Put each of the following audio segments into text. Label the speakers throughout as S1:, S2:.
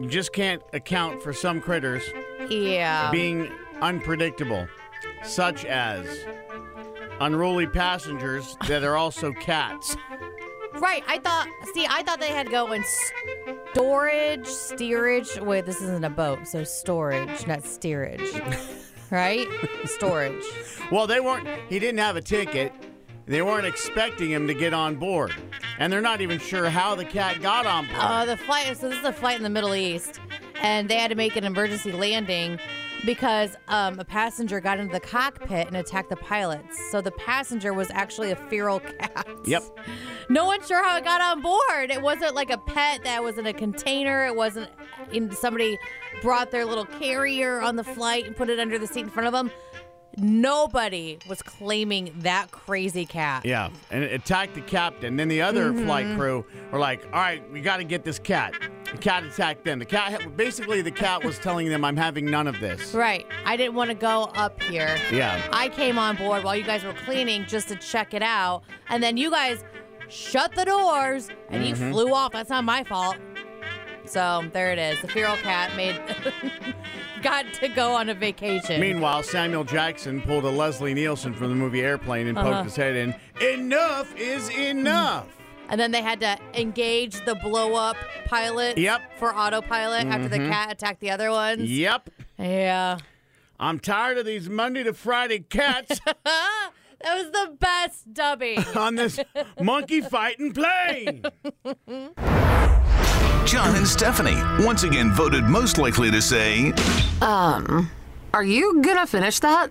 S1: You just can't account for some critters
S2: Yeah.
S1: being unpredictable, such as unruly passengers that are also cats.
S2: right. I thought. See, I thought they had to go in storage, steerage. Wait, this isn't a boat, so storage, not steerage. right? Storage.
S1: Well, they weren't. He didn't have a ticket. They weren't expecting him to get on board, and they're not even sure how the cat got on board.
S2: Uh, the flight. So this is a flight in the Middle East, and they had to make an emergency landing because um, a passenger got into the cockpit and attacked the pilots. So the passenger was actually a feral cat.
S1: Yep.
S2: No one's sure how it got on board. It wasn't like a pet that was in a container. It wasn't in somebody brought their little carrier on the flight and put it under the seat in front of them. Nobody was claiming that crazy cat.
S1: Yeah, and it attacked the captain. Then the other flight crew were like, "All right, we got to get this cat." The cat attacked them. The cat, basically, the cat was telling them, "I'm having none of this."
S2: Right. I didn't want to go up here.
S1: Yeah.
S2: I came on board while you guys were cleaning just to check it out. And then you guys shut the doors and
S1: Mm-hmm.
S2: you flew off. That's not my fault. So there it is. The feral cat made got to go on a vacation.
S1: Meanwhile, Samuel Jackson pulled a Leslie Nielsen from the movie Airplane and
S2: Uh-huh.
S1: poked his head in. Enough is enough.
S2: and then they had to engage the blow up pilot
S1: Yep. Mm-hmm.
S2: for autopilot after the cat attacked the other ones.
S1: Yep.
S2: Yeah.
S1: I'm tired of these Monday to Friday cats
S2: That was the best dubbing.
S1: on this monkey fighting plane.
S3: John and Stephanie, once again voted most likely to say
S4: Um, Are you gonna finish that?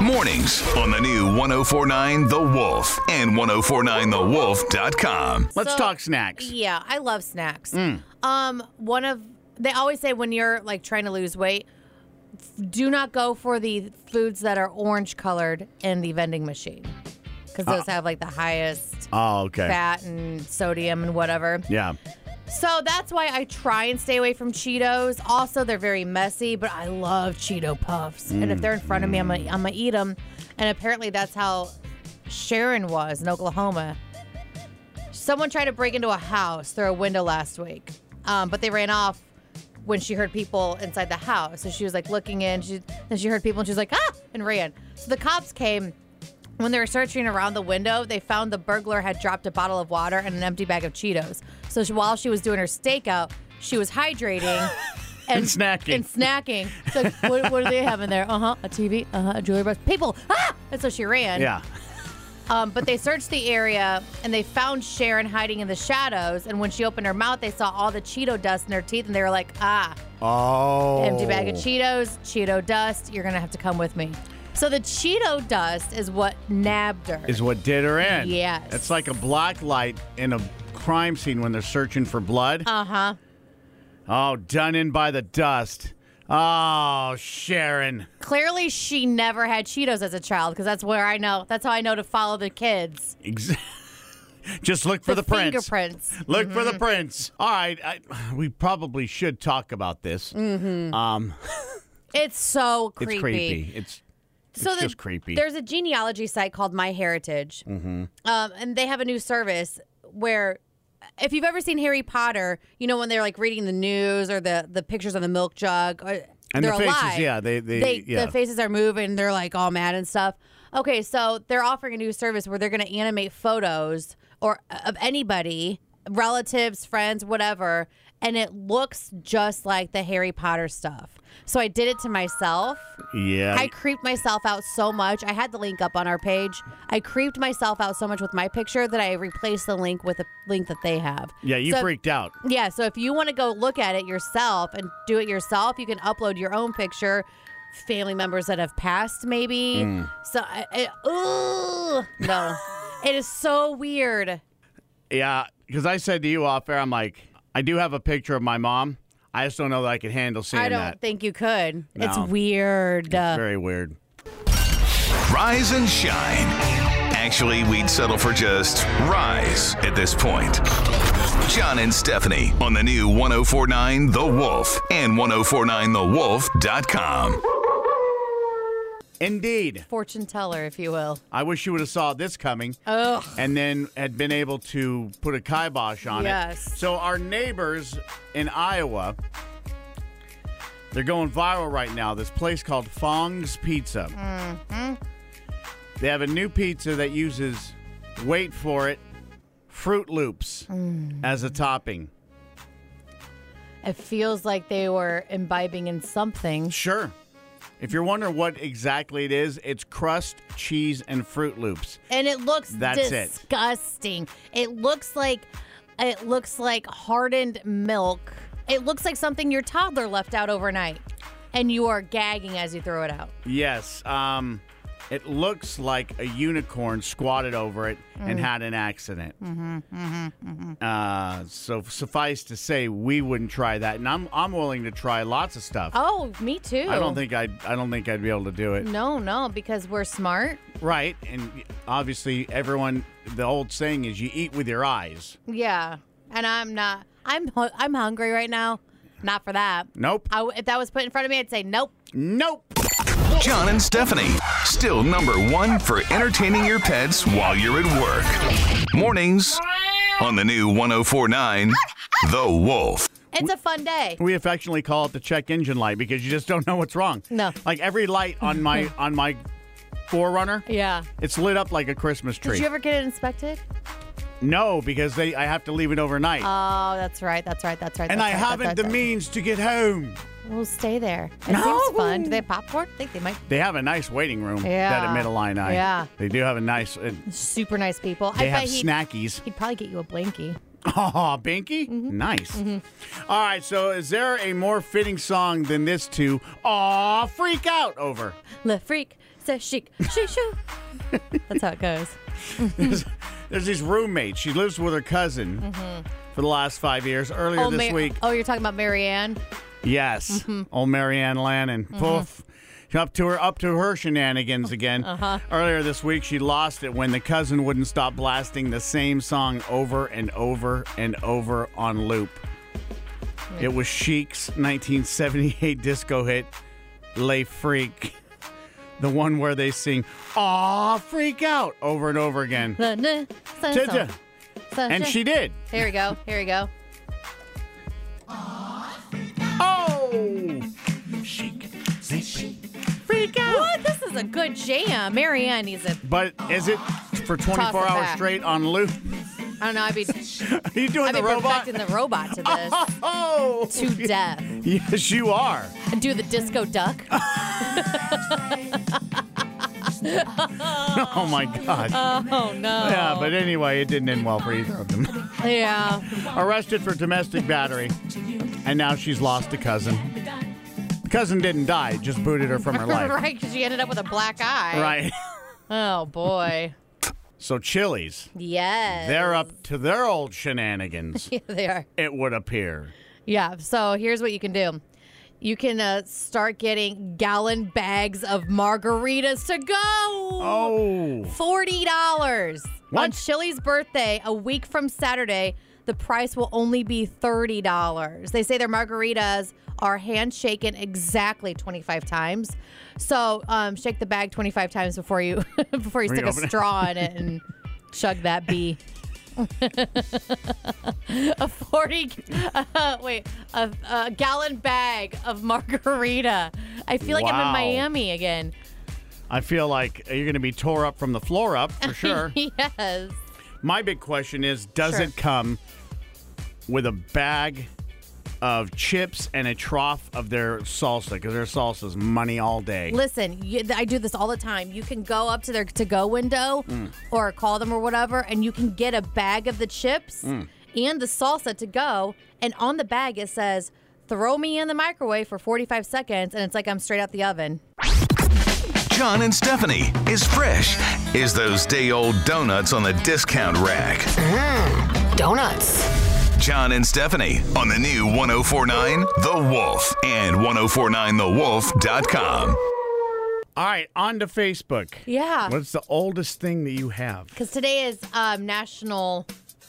S3: mornings on the new 1049 The Wolf and 1049TheWolf.com.
S1: Let's
S2: So-
S1: talk snacks.
S2: Yeah, I love snacks.
S1: Mm.
S2: Um, one of they always say when you're like trying to lose weight, f- do not go for the foods that are orange colored in the vending machine because those have like the highest
S1: Oh, Uh. okay.
S2: fat and sodium and whatever.
S1: Yeah.
S2: So that's why I try and stay away from Cheetos. Also, they're very messy, but I love Cheeto puffs, and if they're in front of me, I'm gonna, I'm gonna eat them. And apparently, that's how Sharon was in Oklahoma. Someone tried to break into a house through a window last week, um, but they ran off when she heard people inside the house. So she was like looking in, she, and she heard people, and she was like ah, and ran. So the cops came. When they were searching around the window, they found the burglar had dropped a bottle of water and an empty bag of Cheetos. So she, while she was doing her stakeout, she was hydrating
S1: And snacking.
S2: And snacking. So what, what do they have in there? Uh huh. A TV. Uh huh. A jewelry box. People. Ah! And so she ran.
S1: Yeah.
S2: Um, but they searched the area and they found Sharon hiding in the shadows. And when she opened her mouth, they saw all the Cheeto dust in her teeth, and they were like, ah.
S1: Oh.
S2: Empty bag of Cheetos, Cheeto dust. You're gonna have to come with me. So the Cheeto dust is what nabbed her.
S1: Is what did her in.
S2: Yes.
S1: It's like a black light in a crime scene when they're searching for blood.
S2: Uh huh.
S1: Oh, done in by the dust. Oh, Sharon.
S2: Clearly, she never had Cheetos as a child because that's where I know. That's how I know to follow the kids
S1: Ex- Just look for the, prints.
S2: fingerprints.
S1: Look for
S2: Mm-hmm.
S1: the prints. All right, I, we probably should talk about this. Um,
S2: It's so Mm-hmm. creepy.
S1: it's creepy. It's
S2: So
S1: It's
S2: the-
S1: just creepy. Mm-hmm.
S2: There's a genealogy site called My Heritage, um, and they have a new service where, if you've ever seen Harry Potter, you know when they're like reading the news or the the pictures on the milk jug, or,
S1: and
S2: they're
S1: the faces.
S2: alive.
S1: Yeah, they they,
S2: they
S1: yeah.
S2: the faces are moving. They're like all mad and stuff. Okay, so they're offering a new service where they're going to animate photos or uh, of anybody, relatives, friends, whatever, and it looks just like the Harry Potter stuff. So I did it to myself.
S1: yeah.
S2: I creeped myself out so much. I had the link up on our page. I creeped myself out so much with my picture that I replaced the link with a link that they have.
S1: yeah, you
S2: so,
S1: freaked out.
S2: yeah, so if you want to go look at it yourself and do it yourself, you can upload your own picture. Family members that have passed, maybe.
S1: Mm.
S2: So, I, I, ugh, no, it is so weird.
S1: Yeah, because I said to you off air, I'm like, I do have a picture of my mom. I just don't know that I could handle seeing
S2: I don't
S1: that.
S2: think you could. It's
S1: No.
S2: weird.
S1: Very weird.
S3: Rise and shine. Actually, we'd settle for just rise at this point. John and Stephanie on the new 1049 The Wolf and 1049TheWolf.com.
S1: Indeed.
S2: Fortune teller, if you will.
S1: I wish you would have saw this coming.
S2: Ugh.
S1: and then had been able to put a kibosh on it.
S2: Yes.
S1: So our neighbors in Iowa, they're going viral right now. This place called Fong's Pizza. Mm-hmm. They have a new pizza that uses, wait for it, Fruit Loops as a topping.
S2: It feels like they were imbibing in something.
S1: Sure. If you're wondering what exactly it is, it's crust, cheese, and Fruit Loops.
S2: And it looks
S1: That's it.
S2: disgusting. It. looks like it looks like hardened milk. It looks like something your toddler left out overnight. And you are gagging as you throw it out.
S1: Yes. Um, it looks like a unicorn squatted over it and
S2: Mm.
S1: had an accident. Mm-hmm,
S2: mm-hmm.
S1: Uh, so suffice to say, we wouldn't try that, and I'm I'm willing to try lots of stuff.
S2: Oh, Mm. me too.
S1: I don't think I I don't think I'd be able to do it.
S2: No, no, because we're smart.
S1: Right, and obviously everyone. The old saying is, you eat with your eyes.
S2: Yeah, and I'm not. I'm hu- I'm hungry right now. Not for that.
S1: Nope.
S2: I w if that was put in front of me, I'd say nope.
S1: Nope.
S3: John and Stephanie, still number one for entertaining your pets while you're at work. Mornings on the new 1049 The Wolf.
S2: It's a fun day.
S1: We affectionately call it the check engine light because you just don't know what's wrong.
S2: No.
S1: Like every light on my on my forerunner,
S2: Yeah.
S1: it's lit up like a Christmas tree.
S2: Did you ever get it inspected?
S1: No, because they I have to leave it overnight.
S2: Oh, that's right. That's right. That's right.
S1: and I
S2: that's right,
S1: haven't
S2: that's
S1: the
S2: right, that's
S1: means to get home.
S2: right. We'll stay there. It
S1: No.
S2: seems fun. Do they have popcorn? I think they might.
S1: They have a nice waiting room that
S2: Yeah.
S1: at Mid Illini.
S2: Yeah.
S1: They do have a nice uh,
S2: Super nice people.
S1: they
S2: I
S1: have
S2: bet he,
S1: snackies.
S2: he'd probably get you a blankie.
S1: Oh, Binky?
S2: Mm-hmm.
S1: Nice. All right, so is there a more fitting song than this to Aw Freak Out over?
S2: Le freak, c'est chic, she shoo. That's how it goes. Mm-hmm.
S1: There's these roommates. She lives with her cousin for the last five years. Earlier
S2: oh,
S1: this
S2: Ma-
S1: week,
S2: oh, you're talking about Marianne?
S1: Yes. Old Marianne Lannon. Poof. Up to her, up to her shenanigans again. Uh-huh. Earlier this week, she lost it when the cousin wouldn't stop blasting the same song over and over and over on loop. It was Chic's 1978 disco hit "Les Freak," the one where they sing "Aw, freak out" over and over again.
S2: Le- ne- sa-
S1: Ta-ta.
S2: sa- sa-
S1: And
S2: sa-
S1: she did.
S2: Here we go. Here we go.
S1: Oh!
S2: Freak out. What? This is a good jam. Marianne needs it.
S1: But is it for 24
S2: it
S1: hours
S2: back.
S1: straight on loop?
S2: I don't know. I'd be,
S1: Are you doing
S2: I'd be
S1: the robot?
S2: perfecting the robot to this
S1: Oh!
S2: to death.
S1: Yes, you are.
S2: And do the disco duck.
S1: Oh my gosh.
S2: Oh no.
S1: yeah, but anyway, it didn't end well for either of them.
S2: Yeah.
S1: Arrested for domestic battery, and now she's lost a cousin. The cousin didn't die; just booted her from her life.
S2: right, because she ended up with a black eye.
S1: right.
S2: Oh boy.
S1: So Chili's,
S2: Yes.
S1: they're up to their old shenanigans.
S2: Yeah, they are.
S1: it would appear.
S2: Yeah. So here's what you can do. You can uh, start getting gallon bags of margaritas to go.
S1: Oh.
S2: Forty dollars
S1: What?
S2: on Chili's birthday, a week from Saturday. The price will only be thirty dollars. They say their margaritas are handshaken exactly twenty-five times. So um, shake the bag twenty-five times before you before you stick a
S1: Reopen it.
S2: straw in it and chug that bee. a forty uh, wait a, a gallon bag of margarita. I feel like I'm
S1: Wow.
S2: in Miami again.
S1: I feel like you're going to be tore up from the floor up for sure.
S2: yes.
S1: My big question is Does
S2: Sure.
S1: it come with a bag of chips and a trough of their salsa? Because their salsa's money all day.
S2: Listen, you, th- I do this all the time. You can go up to their to go window or call them or whatever, and you can get a bag of the chips and the salsa to go. And on the bag, it says, throw me in the microwave for 45 seconds. And it's like I'm straight out the oven.
S3: John and Stephanie is fresh is those day old donuts on the discount rack.
S4: Donuts.
S3: John and Stephanie on the new 1049 The Wolf and 1049thewolf.com.
S1: All right, on to Facebook.
S2: Yeah.
S1: What's the oldest thing that you have?
S2: Because today is um, National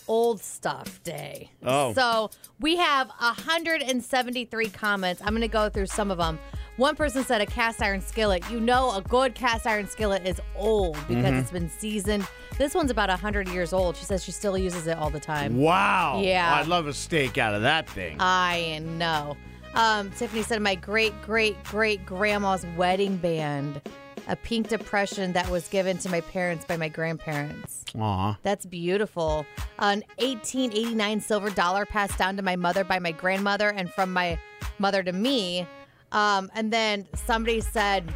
S2: Old Stuff Day.
S1: Oh.
S2: So we have 173 comments. I'm going to go through some of them. One person said a cast iron skillet. You know, a good cast iron skillet is old because it's been seasoned. This one's about 100 years old. She says she still uses it all the time.
S1: Wow.
S2: Yeah. Uh.
S1: I'd love a steak out of that thing.
S2: I know. Um, Tiffany said, My great great great grandma's wedding band, a pink depression that was given to my parents by my grandparents.
S1: Aw.
S2: That's beautiful. An 1889 silver dollar passed down to my mother by my grandmother and from my mother to me. Um, and then somebody said,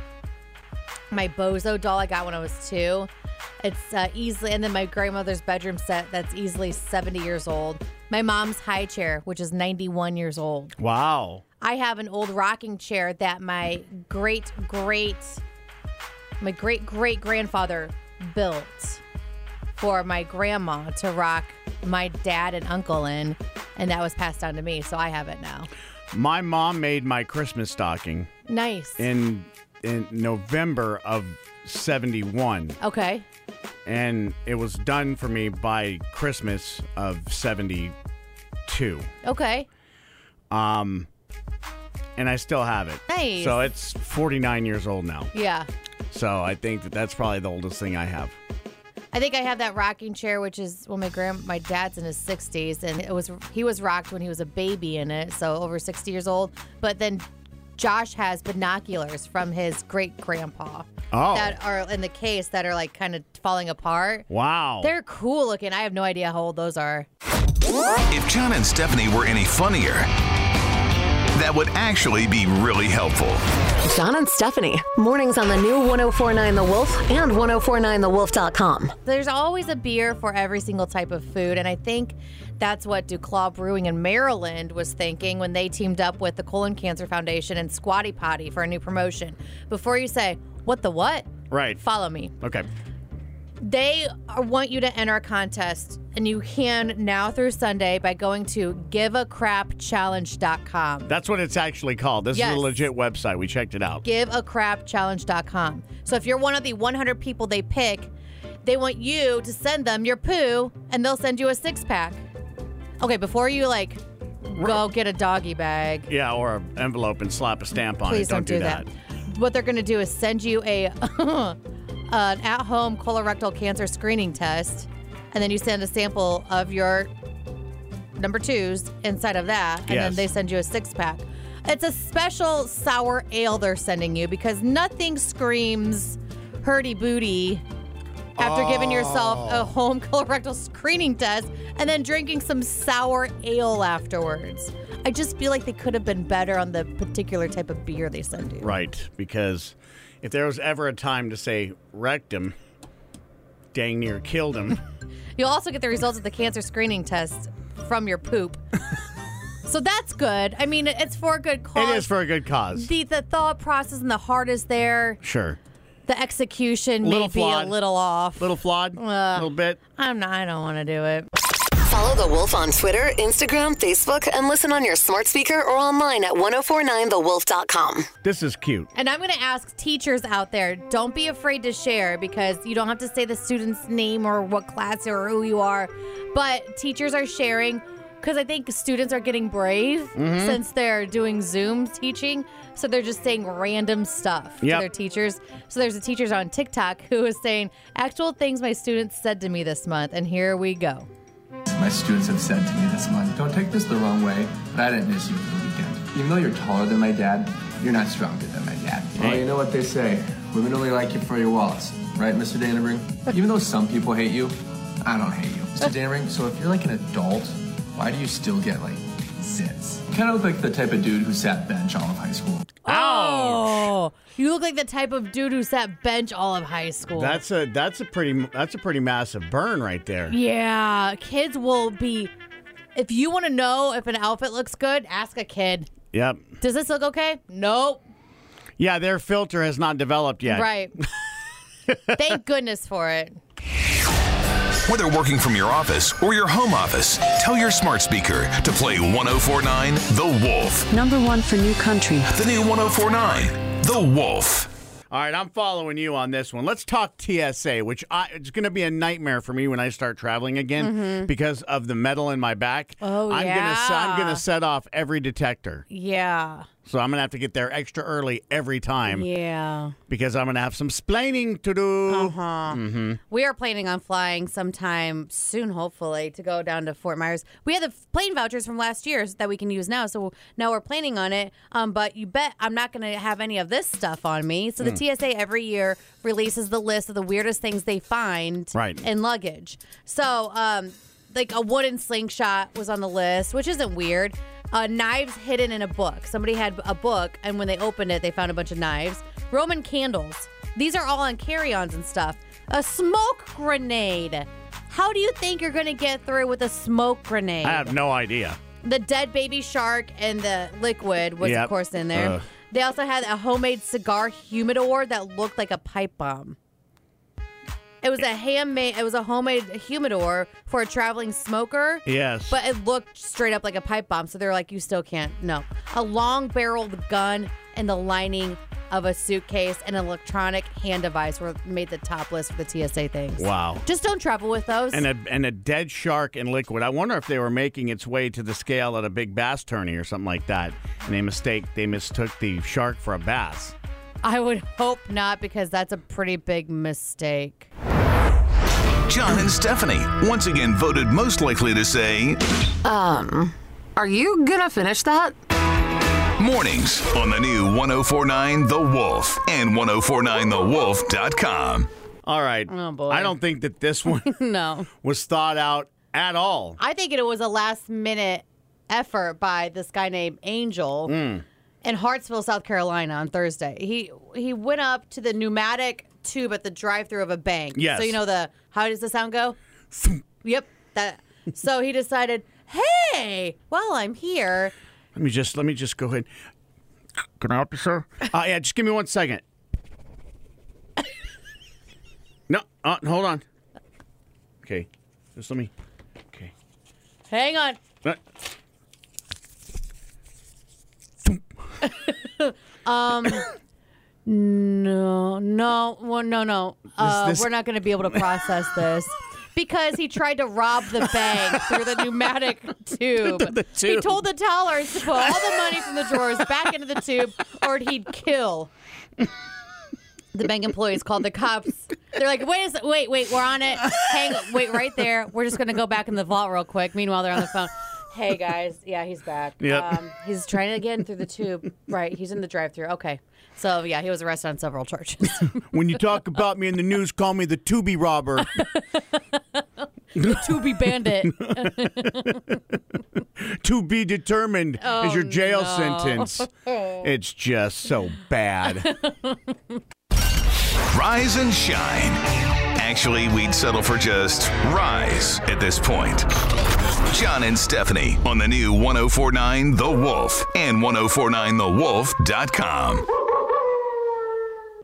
S2: my bozo doll I got when I was two. It's uh, easily, and then my grandmother's bedroom set that's easily 70 years old. My mom's high chair, which is 91 years old.
S1: Wow.
S2: I have an old rocking chair that my great great my great great grandfather built for my grandma to rock my dad and uncle in and that was passed on to me so I have it now.
S1: My mom made my Christmas stocking
S2: Nice.
S1: in in November of 71
S2: okay.
S1: and it was done for me by Christmas of 72.
S2: Okay.
S1: Um and I still have it.
S2: Nice.
S1: So it's 49 years old now.
S2: Yeah.
S1: So I think that that's probably the oldest thing I have.
S2: I think I have that rocking chair, which is well, my grand, my dad's in his sixties, and it was he was rocked when he was a baby in it, so over sixty years old. But then Josh has binoculars from his great grandpa
S1: Oh.
S2: that are in the case that are like kind of falling apart.
S1: wow.
S2: They're cool looking. I have no idea how old those are.
S3: If John and Stephanie were any funnier, that would actually be really helpful.
S5: John and Stephanie. Mornings on the new 1049 The Wolf and 1049TheWolf.com.
S2: There's always a beer for every single type of food, and I think that's what Duclaw Brewing in Maryland was thinking when they teamed up with the Colon Cancer Foundation and Squatty Potty for a new promotion. Before you say, what the what?
S1: right.
S2: Follow me.
S1: okay.
S2: They are- want you to enter a contest, and you can now through Sunday by going to giveacrapchallenge.com.
S1: That's what it's actually called. This
S2: Yes.
S1: is a legit website. We checked it out.
S2: giveacrapchallenge.com. So if you're one of the 100 people they pick, they want you to send them your poo and they'll send you a six pack. Okay, before you like go get a doggy bag,
S1: yeah, or an envelope and slap a stamp on
S2: please
S1: it. Don't,
S2: do What they're going to do is send you a an at-home colorectal cancer screening test and then you send a sample of your number 2s inside of that and then
S1: Yes.
S2: they send you a six pack. It's a special sour ale they're sending you because nothing screams hurdy booty after giving yourself
S1: Oh.
S2: a home colorectal screening test and then drinking some sour ale afterwards. I just feel like they could have been better on the particular type of beer they send you.
S1: Right, because if there was ever a time to say wrecked him, dang near killed him.
S2: You'll also get the results of the cancer screening test from your poop. so that's good. I mean, it's for a good cause.
S1: it is for a good cause.
S2: the, the thought process and the heart is there.
S1: sure.
S2: The execution may
S1: Little
S2: be a
S1: flawed.
S2: little off.
S1: Little flawed,
S2: Uh.
S1: a little bit.
S2: I'm not. I don't want to do it.
S5: Follow The Wolf on Twitter, Instagram, Facebook, and listen on your smart speaker or online at 1049TheWolf.com.
S1: This is cute.
S2: And I'm going to ask teachers out there don't be afraid to share because you don't have to say the student's name or what class or who you are. But teachers are sharing because I think students are getting brave since they're doing Zoom teaching. So they're just saying random stuff
S1: Yep.
S2: to their teachers. So there's a teacher on TikTok who is saying actual things my students said to me this month. And here we go.
S6: My students have said to me this month, don't take this the wrong way, but I didn't miss you for the weekend. Even though you're taller than my dad, you're not stronger than my dad. Well, you know what they say. Women only like you for your wallets. Right, Mr. Dannebring? Even though some people hate you, I don't hate you. Mr. Dannebring, so if you're like an adult, why do you still get like zits? You kind of look like the type of dude who sat bench all of high school.
S2: Oh, you look like the type of dude who sat bench all of high school.
S1: That's a that's a pretty that's a pretty massive burn right there.
S2: Yeah, kids will be. If you want to know if an outfit looks good, ask a kid.
S1: Yep.
S2: Does this look okay? Nope.
S1: Yeah, their filter has not developed yet.
S2: Right. Thank goodness for it.
S3: Whether working from your office or your home office, tell your smart speaker to play 1049 The Wolf.
S7: Number one for new country.
S3: The new 1049 The Wolf.
S1: All right, I'm following you on this one. Let's talk TSA, which I, it's going to be a nightmare for me when I start traveling again because of the metal in my back.
S2: Mm-hmm. Oh,
S1: I'm gonna se- I'm
S2: yeah.
S1: gonna set off every detector.
S2: Yeah.
S1: So I'm going to have to get there extra early every time
S7: Yeah.
S1: because I'm going to have some splaining to do.
S2: Uh-huh. We are planning on flying sometime soon, hopefully, to go down to Fort Myers. We had the plane vouchers from last year that we can use now, so now we're planning on it. Um, but you bet I'm not going to have any of this stuff on me. So the TSA every year releases the list of the weirdest things they find
S1: Right.
S2: in luggage. So, um, like a wooden slingshot was on the list, which isn't weird. Uh, knives hidden in a book. Somebody had a book, and when they opened it, they found a bunch of knives. Roman candles. These are all on carry-ons and stuff. A smoke grenade. How do you think you're gonna get through with a smoke grenade?
S1: I have no idea.
S2: the dead baby shark and the liquid was
S1: Yep.
S2: of course in there.
S1: Ugh.
S2: They also had a homemade cigar humidor that looked like a pipe bomb. It was a handmade it was a homemade humidor for a traveling smoker.
S1: Yes.
S2: But it looked straight up like a pipe bomb, so they're like, you still can't. No. A long barreled gun and the lining of a suitcase and an electronic hand device were made the top list for the TSA things.
S1: wow.
S2: Just don't travel with those.
S1: And a and a dead shark in liquid. I wonder if they were making its way to the scale at a big bass tourney or something like that, and they mistake they mistook the shark for a bass.
S2: I would hope not because that's a pretty big mistake.
S3: John and Stephanie, once again voted most likely to say
S4: Um, are you gonna finish that?
S3: mornings on the new 1049 The Wolf and 1049TheWolf.com.
S1: All right.
S2: Oh, boy.
S1: I don't think that this one
S2: No.
S1: was thought out at all.
S2: I think it was a last minute effort by this guy named Angel in Hartsville, South Carolina on Thursday. He he went up to the pneumatic tube at the drive through of a bank.
S1: Yes.
S2: So you know the how does the sound go? yep. That so he decided, hey, while I'm here,
S1: Let me just let me just go ahead. Can I help you, sir? Uh, yeah, just give me one second. no, uh, hold on. Okay, just let me. Okay.
S2: hang on.
S1: Uh,
S2: No, no, well, no, no. Uh,
S1: this-
S2: We're not going to be able to process this because he tried to rob the bank through the pneumatic tube. He
S1: tube.
S2: told the tellers to put all the money from the drawers back into the tube, or he'd kill. The bank employees called the cops. They're like, "Wait, a sec- wait, wait, we're on it. Hang, wait, right there. We're just gonna go back in the vault real quick." Meanwhile, they're on the phone. Hey guys, yeah, he's back. Um,
S1: Yep.
S2: he's trying to get in through the tube. Right, he's in the drive-through. Okay, so yeah, he was arrested on several charges.
S1: When you talk about me in the news, call me the Tubi robber.
S2: to be bandit.
S1: to be determined is
S2: Oh,
S1: your jail sentence. It's just so bad.
S3: Rise and shine. Actually, we'd settle for just rise at this point. John and Stephanie on the new 1049 The Wolf and 1049TheWolf.com.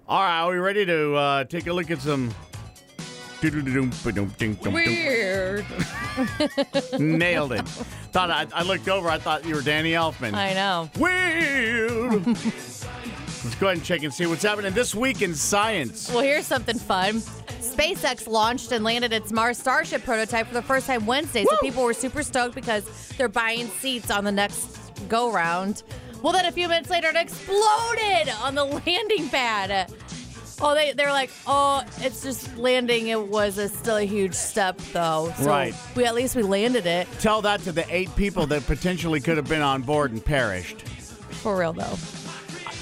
S1: All right, are we ready to uh, take a look at some?
S2: Weird.
S1: Nailed it. Thought I, I looked over. I thought you were Danny Elfman.
S2: I know.
S1: Weird. Let's go ahead and check and see what's happening this week in science.
S2: Well, here's something fun. SpaceX launched and landed its Mars Starship prototype for the first time Wednesday, so people were super stoked because they're buying seats on the next go round. Well, then a few minutes later, it exploded on the landing pad. Oh, they, they were like, oh, it's just landing. It was a, still a huge step, though. So
S1: Right.
S2: We at least we landed it
S1: Tell that to the eight people that potentially could have been on board and perished.
S2: for real, though.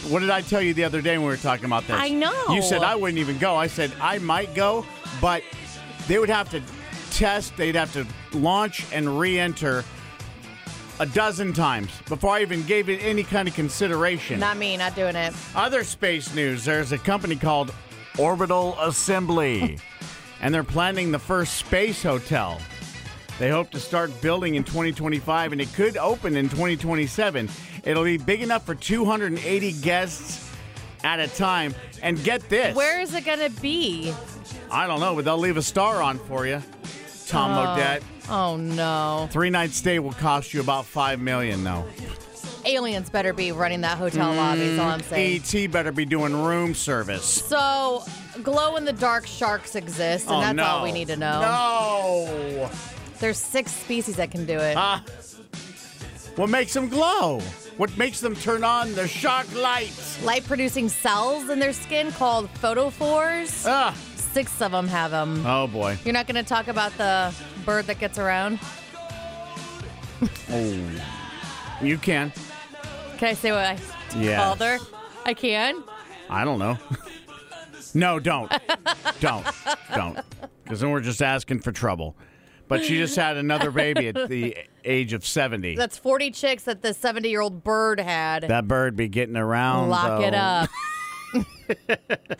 S1: What did I tell you the other day when we were talking about this?
S2: I know.
S1: You said I wouldn't even go. I said I might go, but they would have to test, they'd have to launch and re enter a dozen times before I even gave it any kind of consideration.
S2: Not me, not doing it.
S1: Other space news there's a company called Orbital Assembly, and they're planning the first space hotel. They hope to start building in 2025, and it could open in 2027. It'll be big enough for 280 guests at a time. And get this
S2: Where is it gonna be?
S1: I don't know, but they'll leave a star on for you. Tom Odette.
S2: Oh no.
S1: Three night stay will cost you about five million, though.
S2: aliens better be running that
S1: Mm.
S2: hotel lobby is all I'm saying.
S1: ET E better be doing room service.
S2: So glow in the dark sharks exist, and
S1: oh,
S2: that's
S1: no.
S2: all we need to know.
S1: No. Uh.
S2: There's six species that can do it.
S1: What makes them glow? What What makes them turn on the shock lights?
S2: Light producing cells in their skin called photophores.
S1: Ah.
S2: Six of them have them.
S1: Oh boy.
S2: You're not going to talk about the bird that gets around?
S1: You can.
S2: Can I say what I
S1: Yes.
S2: called her? I can.
S1: I don't know. no, don't. don't. Don't. Because then we're just asking for trouble. But she just had another baby at the age of 70.
S2: That's 40 chicks that the 70 year old bird had.
S1: that bird be getting around.
S2: Lock it
S1: though.
S2: up.